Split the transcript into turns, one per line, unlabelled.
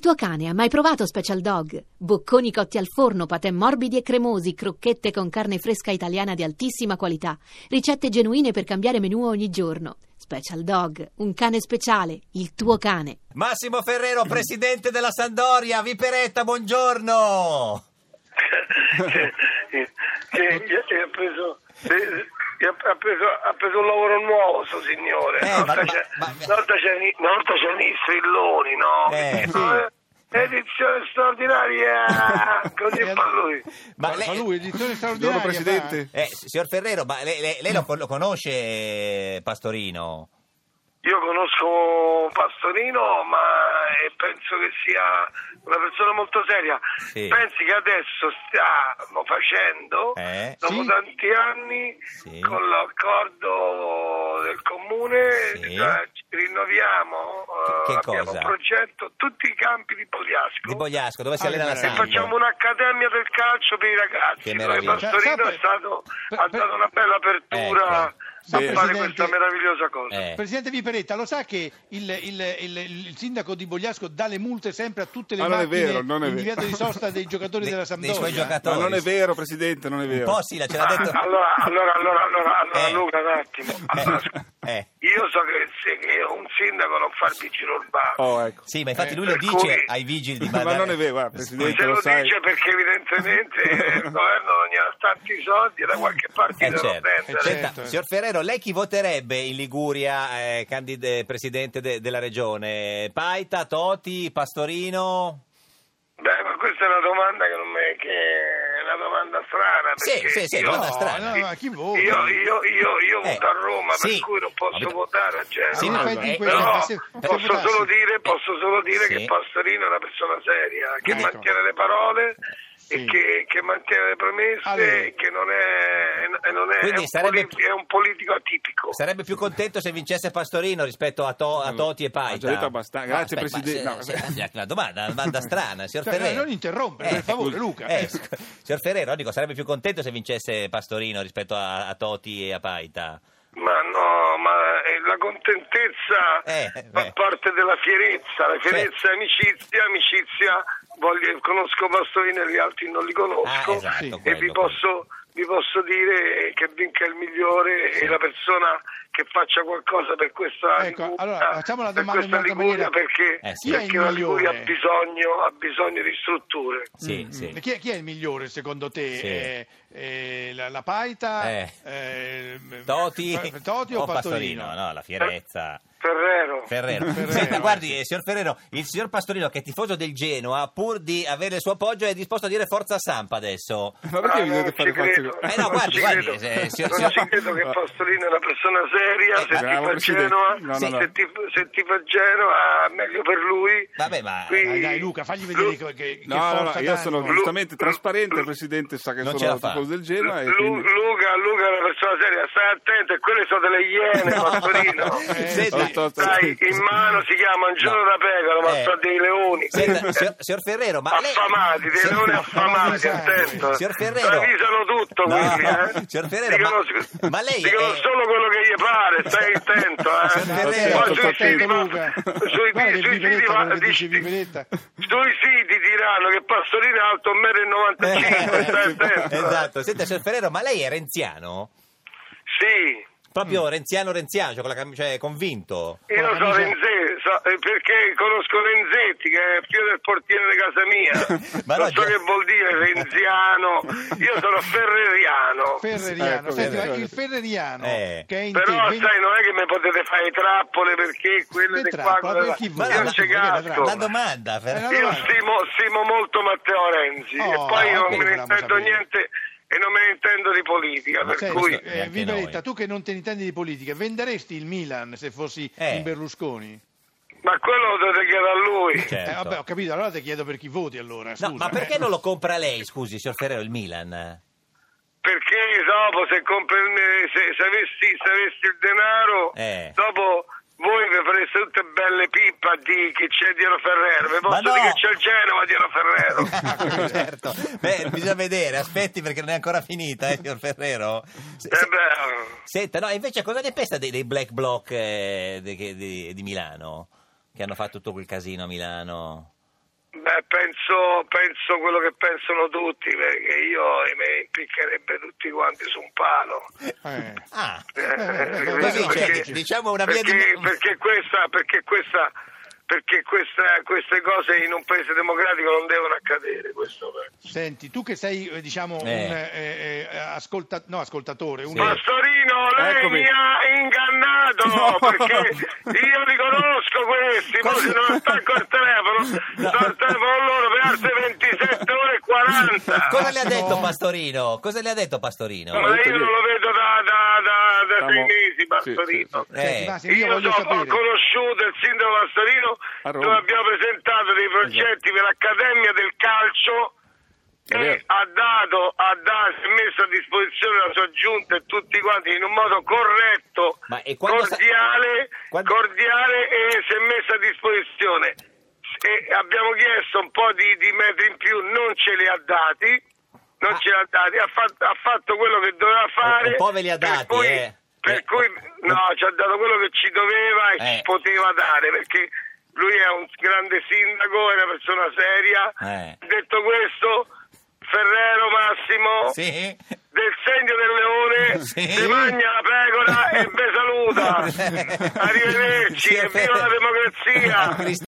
tuo cane ha mai provato Special Dog? Bocconi cotti al forno, patè morbidi e cremosi, crocchette con carne fresca italiana di altissima qualità, ricette genuine per cambiare menù ogni giorno. Special Dog, un cane speciale, il tuo cane.
Massimo Ferrero, presidente della Sandoria, Viperetta, buongiorno!
che, che- che- che ha preso, de- che ha- ha preso- ha preso un lavoro nuovo sto signore
Eh,
una volta
ma-
c'è-
ma-
una volta c'erano i- una volta c'erano i strilloni no?
Eh, sì.
Eh, edizione straordinaria Ah, così fa lui
Ma
Ma
lei-
lui, edizione straordinaria.
Buongiorno, Presidente.
eh, signor Ferrero, ma lei, lei- lei lo, con- lo conosce eh, Pastorino?
io conosco Pastorino ma eh, penso che sia una persona molto seria
Sì.
pensi che adesso stiamo facendo
Eh?
dopo
Sì.
tanti anni
Sì.
con l'accordo del comune
Sì.
eh, ci rinnoviamo
Che- che
eh, abbiamo
cosa?
un progetto tutti i campi di Pogliasco
Di Bogliasco, dove si
Ah,
allena la
che
e
Sando?
meraviglia.
Boh. facciamo un'accademia del calcio per i
Che
ragazzi dove
meraviglia.
Pastorino
Sa- sa-
è stato,
per-
ha
per-
dato una bella apertura
Ecco.
Sa,
a fare
Presidente-
questa meravigliosa cosa
Eh.
Presidente Viperetta, lo sa che il, il- il- il sindaco di Bogliasco dà le multe sempre a tutte le
Ma non è
macchine
vero, non è
in
vero.
divieto di sosta dei giocatori
Dei-
della
dei
Sampdoria?
suoi giocatori.
Ma non è vero, Presidente, non è
Un
vero.
po' sì, la- ce l'ha
Ah,
detto...
allora, allora, allora, allora, allora
Eh.
Luca un attimo Allora,
Eh, eh.
io so che, se- che un sindaco non fa il vigile urbano
Oh, ecco.
Sì, ma infatti lui lo
per
dice
cui-
ai vigili di
Ma
mandare-
non è vero, guarda, Presidente,
Se lo,
lo sai.
dice perché evidentemente il governo non gli ha tanti soldi e da qualche parte
Eh,
devono
certo.
prendere.
Senta,
eh.
certo.
signor Ferrero, lei chi voterebbe in Liguria eh, candide- presidente de- della regione? Paita, Toti, Pastorino?
Beh, ma questa è una domanda che non me- che è una domanda strana.
Sì,
perché
sì, sì,
io,
domanda strana.
No, no, ma chi vota?
Io, io, io, io
Eh,
voto a Roma,
sì.
per cui non posso
Vabbè.
votare a Genova.
Sì,
Ma
ma-
fai di
eh,
quello,
Però
ma se- se
posso
votassi-
solo dire, posso solo dire
Sì.
che Pastorino è una persona seria, che
Ecco.
mantiene le parole e
Sì.
che, che mantiene le promesse
Allora.
e che non è, e non è,
Quindi
è un
sarebbe-
politi- è un politico atipico.
Sarebbe più contento se vincesse Pastorino rispetto a, To- a Toti e Paita.
Mm. Ha già detto abbastanza. Grazie,
aspetta,
Presidente.
ma se-
No.
se- una, domanda, una domanda strana, signor
Cioè,
Ferrero.
non interrompere, per favore, Luca.
eh, sc- signor Ferrero, dico, sarebbe più contento se vincesse Pastorino rispetto a, a Toti e a Paita.
Ma no, ma eh, la contentezza
Eh, beh.
fa parte della fierezza, la fierezza è amicizia, amicizia, voglio, conosco Pastorino e gli altri non li conosco
Ah, esatto,
Sì.
quello,
e vi
quello.
posso, vi posso dire che vinca il migliore
Sì.
e la persona che faccia qualcosa per questa
Ecco,
Liguria,
allora, facciamo la
per
domanda in
questa
un'altra
Liguria
maniera.
perché,
Eh, sì.
perché
Chi è il
la Liguria ha
migliore?
bisogno, ha bisogno di strutture.
Sì,
Mm,
sì.
mm. Chi, è, chi è il migliore secondo te?
Sì.
Eh, eh, la, la Paita?
Eh.
eh,
Toti,
Fa- Toti o, Pastorino?
No, la fierezza.
Ferrero.
Ferrero.
Ferrero,
Senta,
eh,
guardi, eh, signor Ferrero, il signor Pastorino, che è tifoso del Genoa, pur di avere il suo appoggio, è disposto a dire forza Sampa adesso.
Ma perché
No,
vi
Ah, no,
dovete fare
non ci credo.
forza?
Eh, no,
Non
guardi,
ci
guardi,
credo.
se- se-
non
se-
ci credo che Pastorino è una persona seria.
Eh,
se, ti
bravo,
fa
Presidente.
Genova,
No, no,
se,
no.
ti, se ti fa Genova, meglio per lui.
Vabbè, ma-
Dai, dai, Luca, fagli vedere che, che, che
No, no, no,
forza
io sono
d'animo.
giustamente trasparente, il Presidente sa che
Non ce la
sono
fa.
tifoso del
eh,
Lu-
Genoa e
Lu-
quindi...
Luca, Luca è una persona seria, stai attento, e quelle sono delle iene, Pastorino.
Eh,
Senta-
Dai, dai, in mano si chiama un giorno da pecora, ma
Eh.
sono dei leoni.
Senta, signor, signor Ferrero, ma lei...
affamati, dei leoni affamati,
Signor-
attento.
Signor Ferrero.
Travisano tutto
No,
quelli, eh.
signor Ferrero,
dicono,
ma- ma lei
dicono
è-
solo quello che gli pare, stai attento, eh.
Signor Ferrero,
Poi
sto
sui
attento,
siti, ma-
Luca.
sui,
eh. Guarda
sui siti,
che Viveretta,
va-
quello che dice
di-
Viveretta.
sui siti diranno che Pastorino è alto 1,95 m, stai attento. eh.
Eh, esatto, senta, signor Ferrero, ma lei è renziano?
Sì.
Proprio renziano renziano, cioè, con la cam- cioè convinto.
Io
Porca
so
miseria.
Renzetti, so- eh, perché conosco Renzetti che è figlio del portiere di casa mia.
Ma no,
non so
già-
che vuol dire renziano, io sono ferreriano.
Ferreriano,
Ecco,
senti,
vedi,
ma il
vedi.
Ferreriano
Eh.
che è in
Però
te,
sai, non è che mi potete fare trappole perché quelle di
Che
qua,
trappole?
quelle
Per
là.
chi vuole?
io
Ma-
non ci
ma- ma-
casco.
La domanda, Ferrero.
Eh,
Io stimo, stimo molto Matteo Renzi
Oh,
e poi
ecco,
non me ne
volevamo
intendo
sapere.
niente e non me ne intendo di politica, per
Senti,
cui
questo-
eh,
Neanche
Viveretta,
noi.
tu che non te ne intendi di politica, venderesti il Milan se fossi
Eh.
in Berlusconi?
ma quello lo dovete chiedere a lui.
Certo.
Eh, vabbè, ho capito, allora ti chiedo per chi voti allora, scusa.
No, ma perché non lo compra lei, scusi, signor Ferrero, il Milan?
Perché dopo se, compri il- se, se avessi, se avessi il denaro,
Eh.
dopo voi vi fareste tutte belle pippa di che c'è Diero Ferrero, vi
Ma
posso
no.
dire che c'è il Genova Diero Ferrero.
certo. Beh, bisogna vedere, aspetti perché non è ancora finita, eh, signor Ferrero. Se-
Eh
se-
beh,
senta, no, invece cosa ne pensa dei, dei black bloc eh, de- che- di, di Milano? Che hanno fatto tutto quel casino a Milano.
Beh, penso, penso quello che pensano tutti, perché io mi piccherebbe tutti quanti su un palo.
Eh.
Ah,
Beh,
così, cioè,
perché-
diciamo una via
perché,
di...
perché questa, perché questa, perché questa- queste cose in un paese democratico non devono accadere. Questo penso.
Senti, tu che sei, eh, diciamo, un
Eh.
eh, eh, ascolta- no, ascoltatore, un...
Sì.
Pastorino, lei
Eccomi.
mi ha ingannato
No.
perché io li conosco questi. Poi se non attacco il telefono, sto al telefono loro per altre 27 ore e 40.
Cosa le ha detto
No.
Pastorino? Cosa le ha detto Pastorino?
Ma io non lo vedo da, da, da, da sei
Siamo-
mesi,
sì, sì,
Pastorino.
Senti,
Eh.
Massi, io,
Io
voglio
so- ho
sapere.
conosciuto il sindaco Pastorino
A Roma. Esatto.
dove abbiamo presentato dei progetti per l'Accademia del Calcio
È vero.
e ha dato, ha da- si è messo a disposizione la sua giunta e tutti quanti in un modo corretto,
Ma e quando sa-
cordiale,
quando-
cordiale e si è messo a disposizione. E abbiamo chiesto un po' di, di metri in più, non ce li ha dati, non
Ah.
ce li ha dati, ha fatto, ha fatto quello che doveva fare.
un po' ve li ha
per
dati,
cui-
eh.
Per
Eh,
cui No, ci ha dato quello che ci doveva e
Eh.
ci poteva dare, perché lui è un grande sindaco, è una persona seria.
Eh.
Detto questo, Ferrero Massimo,
Sì?
del segno del leone,
Sì.
vi mangia la pecora e vi saluta. Ah. Arrivederci,
Sì, è
e viva la
vero.
democrazia!